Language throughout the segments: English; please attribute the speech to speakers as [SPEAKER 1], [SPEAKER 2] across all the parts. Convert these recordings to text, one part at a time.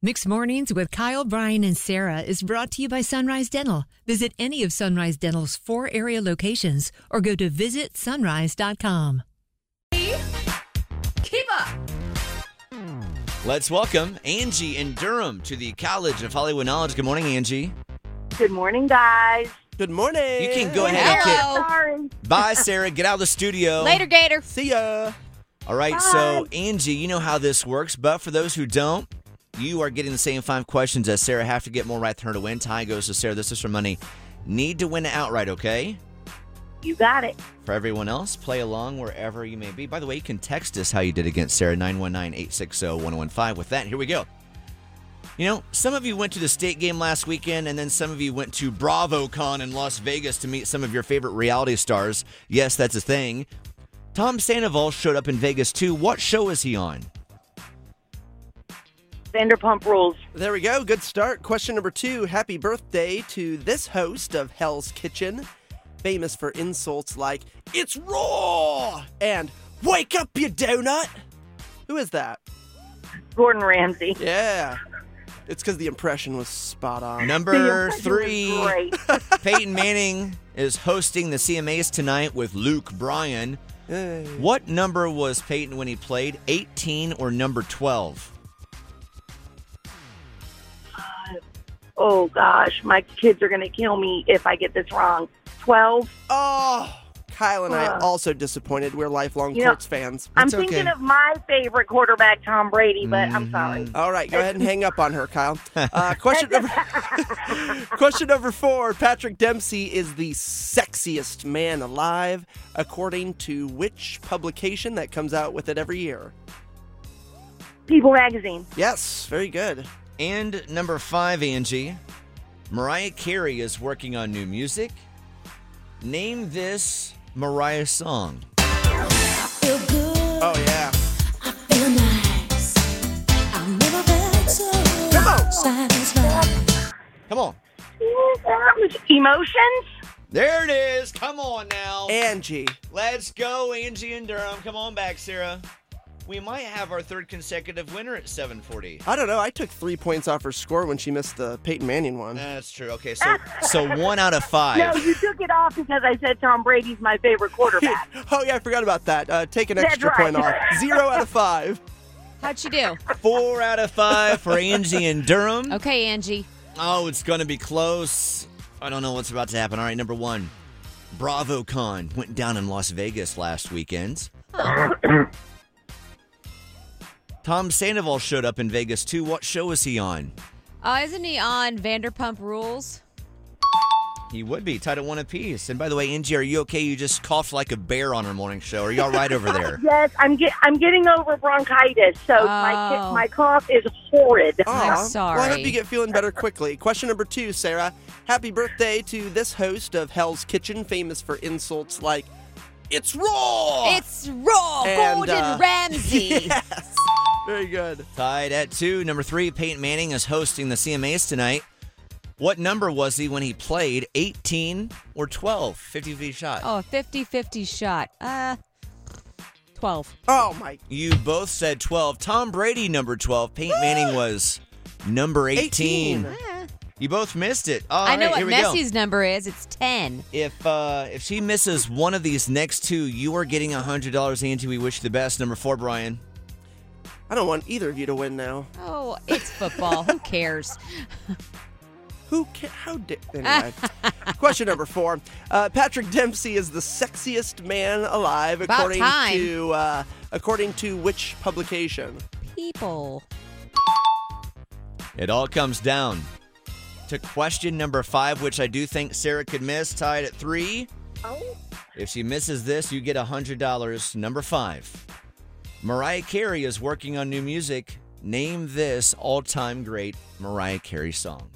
[SPEAKER 1] Mixed Mornings with Kyle, Brian, and Sarah is brought to you by Sunrise Dental. Visit any of Sunrise Dental's four area locations or go to visitsunrise.com.
[SPEAKER 2] Keep up.
[SPEAKER 3] Let's welcome Angie in Durham to the College of Hollywood Knowledge. Good morning, Angie.
[SPEAKER 4] Good morning, guys.
[SPEAKER 5] Good morning.
[SPEAKER 3] You can go ahead and
[SPEAKER 2] Hello.
[SPEAKER 4] Sorry.
[SPEAKER 3] get bye, Sarah. Get out of the studio.
[SPEAKER 2] Later, Gator.
[SPEAKER 5] See ya.
[SPEAKER 3] All right, so Angie, you know how this works, but for those who don't, you are getting the same five questions as Sarah. Have to get more right than her to win. Tie goes to Sarah. This is for money. Need to win outright, okay?
[SPEAKER 4] You got it.
[SPEAKER 3] For everyone else, play along wherever you may be. By the way, you can text us how you did against Sarah, 919 860 1015. With that, here we go. You know, some of you went to the state game last weekend, and then some of you went to BravoCon in Las Vegas to meet some of your favorite reality stars. Yes, that's a thing. Tom Sandoval showed up in Vegas too. What show is he on?
[SPEAKER 4] Vanderpump rules.
[SPEAKER 5] There we go. Good start. Question number two. Happy birthday to this host of Hell's Kitchen, famous for insults like, It's raw! and Wake up, you donut! Who is that?
[SPEAKER 4] Gordon Ramsay.
[SPEAKER 5] Yeah. It's because the impression was spot on.
[SPEAKER 3] Number
[SPEAKER 4] That was
[SPEAKER 3] three.
[SPEAKER 4] Great.
[SPEAKER 3] Peyton Manning is hosting the CMAs tonight with Luke Bryan.
[SPEAKER 5] Uh,
[SPEAKER 3] What number was Peyton when he played? 18 or number 12?
[SPEAKER 4] Oh gosh, my kids are gonna kill me if I get this wrong. Twelve.
[SPEAKER 5] oh, Kyle and I
[SPEAKER 4] Uh.
[SPEAKER 5] also disappointed. We're lifelong
[SPEAKER 4] You know,
[SPEAKER 5] Colts fans.
[SPEAKER 4] I'm
[SPEAKER 5] It's
[SPEAKER 4] thinking
[SPEAKER 5] okay.
[SPEAKER 4] of my favorite quarterback, Tom Brady, but I'm sorry.
[SPEAKER 5] All right, go ahead and hang up on her, Kyle. Uh, question number question number four: Patrick Dempsey is the sexiest man alive, according to which publication that comes out with it every year?
[SPEAKER 4] People Magazine.
[SPEAKER 5] Yes, very good.
[SPEAKER 3] And number five, Angie. Mariah Carey is working on new music. Name this Mariah song.
[SPEAKER 5] Oh yeah,
[SPEAKER 6] Come
[SPEAKER 3] Come
[SPEAKER 6] on.
[SPEAKER 3] on.
[SPEAKER 4] Emotions.
[SPEAKER 3] There it is. Come on now.
[SPEAKER 5] Angie.
[SPEAKER 3] Let's go, Angie and Durham. Come on back, Sarah. We might have our third consecutive winner at 740.
[SPEAKER 5] I don't know. I took three points off her score when she missed the Peyton Manning one.
[SPEAKER 3] That's true. Okay, so so one out of five.
[SPEAKER 4] No, you took it off because I said Tom Brady's my favorite quarterback.
[SPEAKER 5] Oh yeah, I forgot about that. Uh, take an
[SPEAKER 4] That's
[SPEAKER 5] extra point off.
[SPEAKER 4] right.
[SPEAKER 5] Zero out of five.
[SPEAKER 2] How'd she do?
[SPEAKER 3] Four out of five for Angie and Durham.
[SPEAKER 2] Okay, Angie.
[SPEAKER 3] Oh, it's going to be close. I don't know what's about to happen. All right, number one BravoCon went down in Las Vegas last weekend. Tom Sandoval showed up in Vegas too. What show is he on?
[SPEAKER 2] Uh, isn't he on Vanderpump Rules?
[SPEAKER 3] He would be tied at one apiece. And by the way, Angie, are you okay? You just coughed like a bear on our morning show. Are you all right over there?
[SPEAKER 4] Yes, I'm get I'm getting over bronchitis, so my
[SPEAKER 2] Oh.
[SPEAKER 4] ki- my cough is horrid.
[SPEAKER 2] I'm
[SPEAKER 5] Aw. Well, I
[SPEAKER 2] sorry.
[SPEAKER 5] hope you get feeling better quickly. Question number two, Sarah. Happy birthday to this host of Hell's Kitchen, famous for insults like "It's
[SPEAKER 3] Oh.
[SPEAKER 5] raw."
[SPEAKER 2] It's raw
[SPEAKER 5] And,
[SPEAKER 2] Golden
[SPEAKER 5] uh,
[SPEAKER 2] Ramsay.
[SPEAKER 5] yes. Very good.
[SPEAKER 3] Tied at two. Number three, Peyton Manning is hosting the CMAs tonight. What number was he when he played? 18 or 12? 50 feet shot.
[SPEAKER 2] Oh, a 50-50 shot. Uh, 12.
[SPEAKER 5] Oh my.
[SPEAKER 3] You both said 12. Tom Brady, number 12. Peyton Manning was number 18.
[SPEAKER 5] 18.
[SPEAKER 3] You both missed it.
[SPEAKER 2] I know
[SPEAKER 3] All right,
[SPEAKER 2] what
[SPEAKER 3] here we go.
[SPEAKER 2] Messi's number is. It's 10.
[SPEAKER 3] If uh, if she misses one of these next two, you are getting $100, Angie. We wish you the best. Number four, Brian.
[SPEAKER 5] I don't want either of you to win now.
[SPEAKER 2] Oh, it's football. Who cares?
[SPEAKER 5] Who can? How did? Anyway. Question number four. Uh, Patrick Dempsey is the sexiest man alive,
[SPEAKER 2] About
[SPEAKER 5] according
[SPEAKER 2] time.
[SPEAKER 5] to uh, according to which publication?
[SPEAKER 2] People.
[SPEAKER 3] It all comes down to question number five, which I do think Sarah could miss, tied at three. If she misses this, you get $100. Number five. Mariah Carey is working on new music. Name this all time great Mariah Carey song.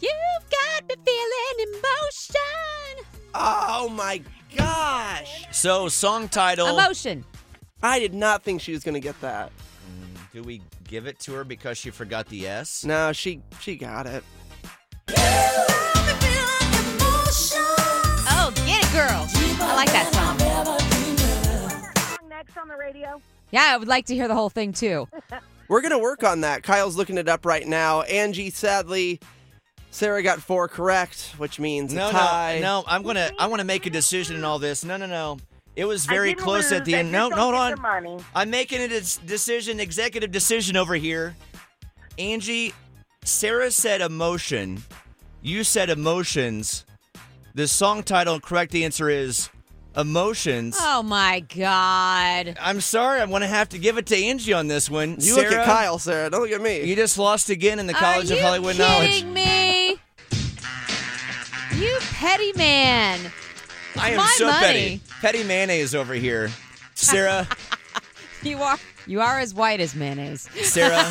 [SPEAKER 2] You've got me feeling emotion.
[SPEAKER 5] Oh my gosh!
[SPEAKER 3] So, song title.
[SPEAKER 2] Emotion.
[SPEAKER 5] I did not think she was going to get that.
[SPEAKER 3] do we give it to her because she forgot the S?
[SPEAKER 5] No, she she got it.
[SPEAKER 6] Emotion.
[SPEAKER 2] Oh,
[SPEAKER 4] on the radio?
[SPEAKER 2] Yeah, I would like to hear the whole thing too.
[SPEAKER 5] We're going to work on that. Kyle's looking it up right now. Angie, sadly, Sarah got four correct, which means
[SPEAKER 3] No,
[SPEAKER 5] a
[SPEAKER 3] no,
[SPEAKER 5] tie.
[SPEAKER 3] no. I'm gonna I want to make a decision in all this. No, no, no. It was very
[SPEAKER 4] I didn't
[SPEAKER 3] close at
[SPEAKER 4] lose.
[SPEAKER 3] the
[SPEAKER 4] I
[SPEAKER 3] end. No,
[SPEAKER 4] just don't
[SPEAKER 3] hold
[SPEAKER 4] get
[SPEAKER 3] on.
[SPEAKER 4] the Money.
[SPEAKER 3] I'm making a dis- decision, executive decision over here. Angie, Sarah said emotion. You said emotions. The song title, correct answer is emotions.
[SPEAKER 2] Oh my god.
[SPEAKER 3] I'm sorry, I'm going to have to give it to Angie on this one.
[SPEAKER 5] You
[SPEAKER 3] Sarah,
[SPEAKER 5] look at Kyle, Sarah. Don't look at me.
[SPEAKER 3] You just lost again in the College
[SPEAKER 2] Are
[SPEAKER 3] of
[SPEAKER 2] you
[SPEAKER 3] Hollywood Knowledge.
[SPEAKER 2] kidding me? You petty man.
[SPEAKER 3] I am
[SPEAKER 2] my
[SPEAKER 3] so
[SPEAKER 2] money.
[SPEAKER 3] petty. Petty mayonnaise over here. Sarah,
[SPEAKER 2] You are you are as white as mayonnaise.
[SPEAKER 3] Sarah,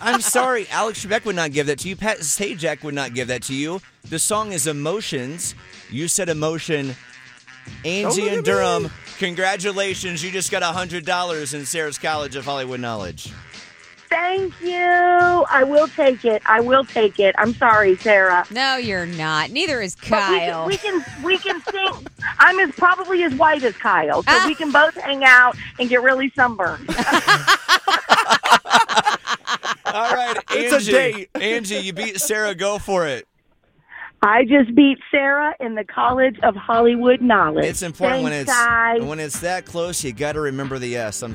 [SPEAKER 3] I'm sorry. Alex Trebek would not give that to you. Pat Sajak would not give that to you. The song is Emotions. You said emotion. Angie
[SPEAKER 5] look
[SPEAKER 3] and
[SPEAKER 5] at
[SPEAKER 3] Durham,
[SPEAKER 5] me.
[SPEAKER 3] congratulations. You just got $100 in Sarah's College of Hollywood Knowledge.
[SPEAKER 4] Thank you. I will take it. I will take it. I'm sorry, Sarah.
[SPEAKER 2] No, you're not. Neither is
[SPEAKER 4] But
[SPEAKER 2] Kyle.
[SPEAKER 4] We can, we can, we can sing. I'm as probably as white as Kyle, so we can both hang out and get really sunburned.
[SPEAKER 3] All right,
[SPEAKER 5] It's a
[SPEAKER 3] Angie.
[SPEAKER 5] date.
[SPEAKER 3] Angie, you beat Sarah. Go for it.
[SPEAKER 4] I just beat Sarah in the College of Hollywood Knowledge.
[SPEAKER 3] It's important when
[SPEAKER 4] Thanks,
[SPEAKER 3] it's
[SPEAKER 4] guys.
[SPEAKER 3] when it's that close. You got to remember the S. I'm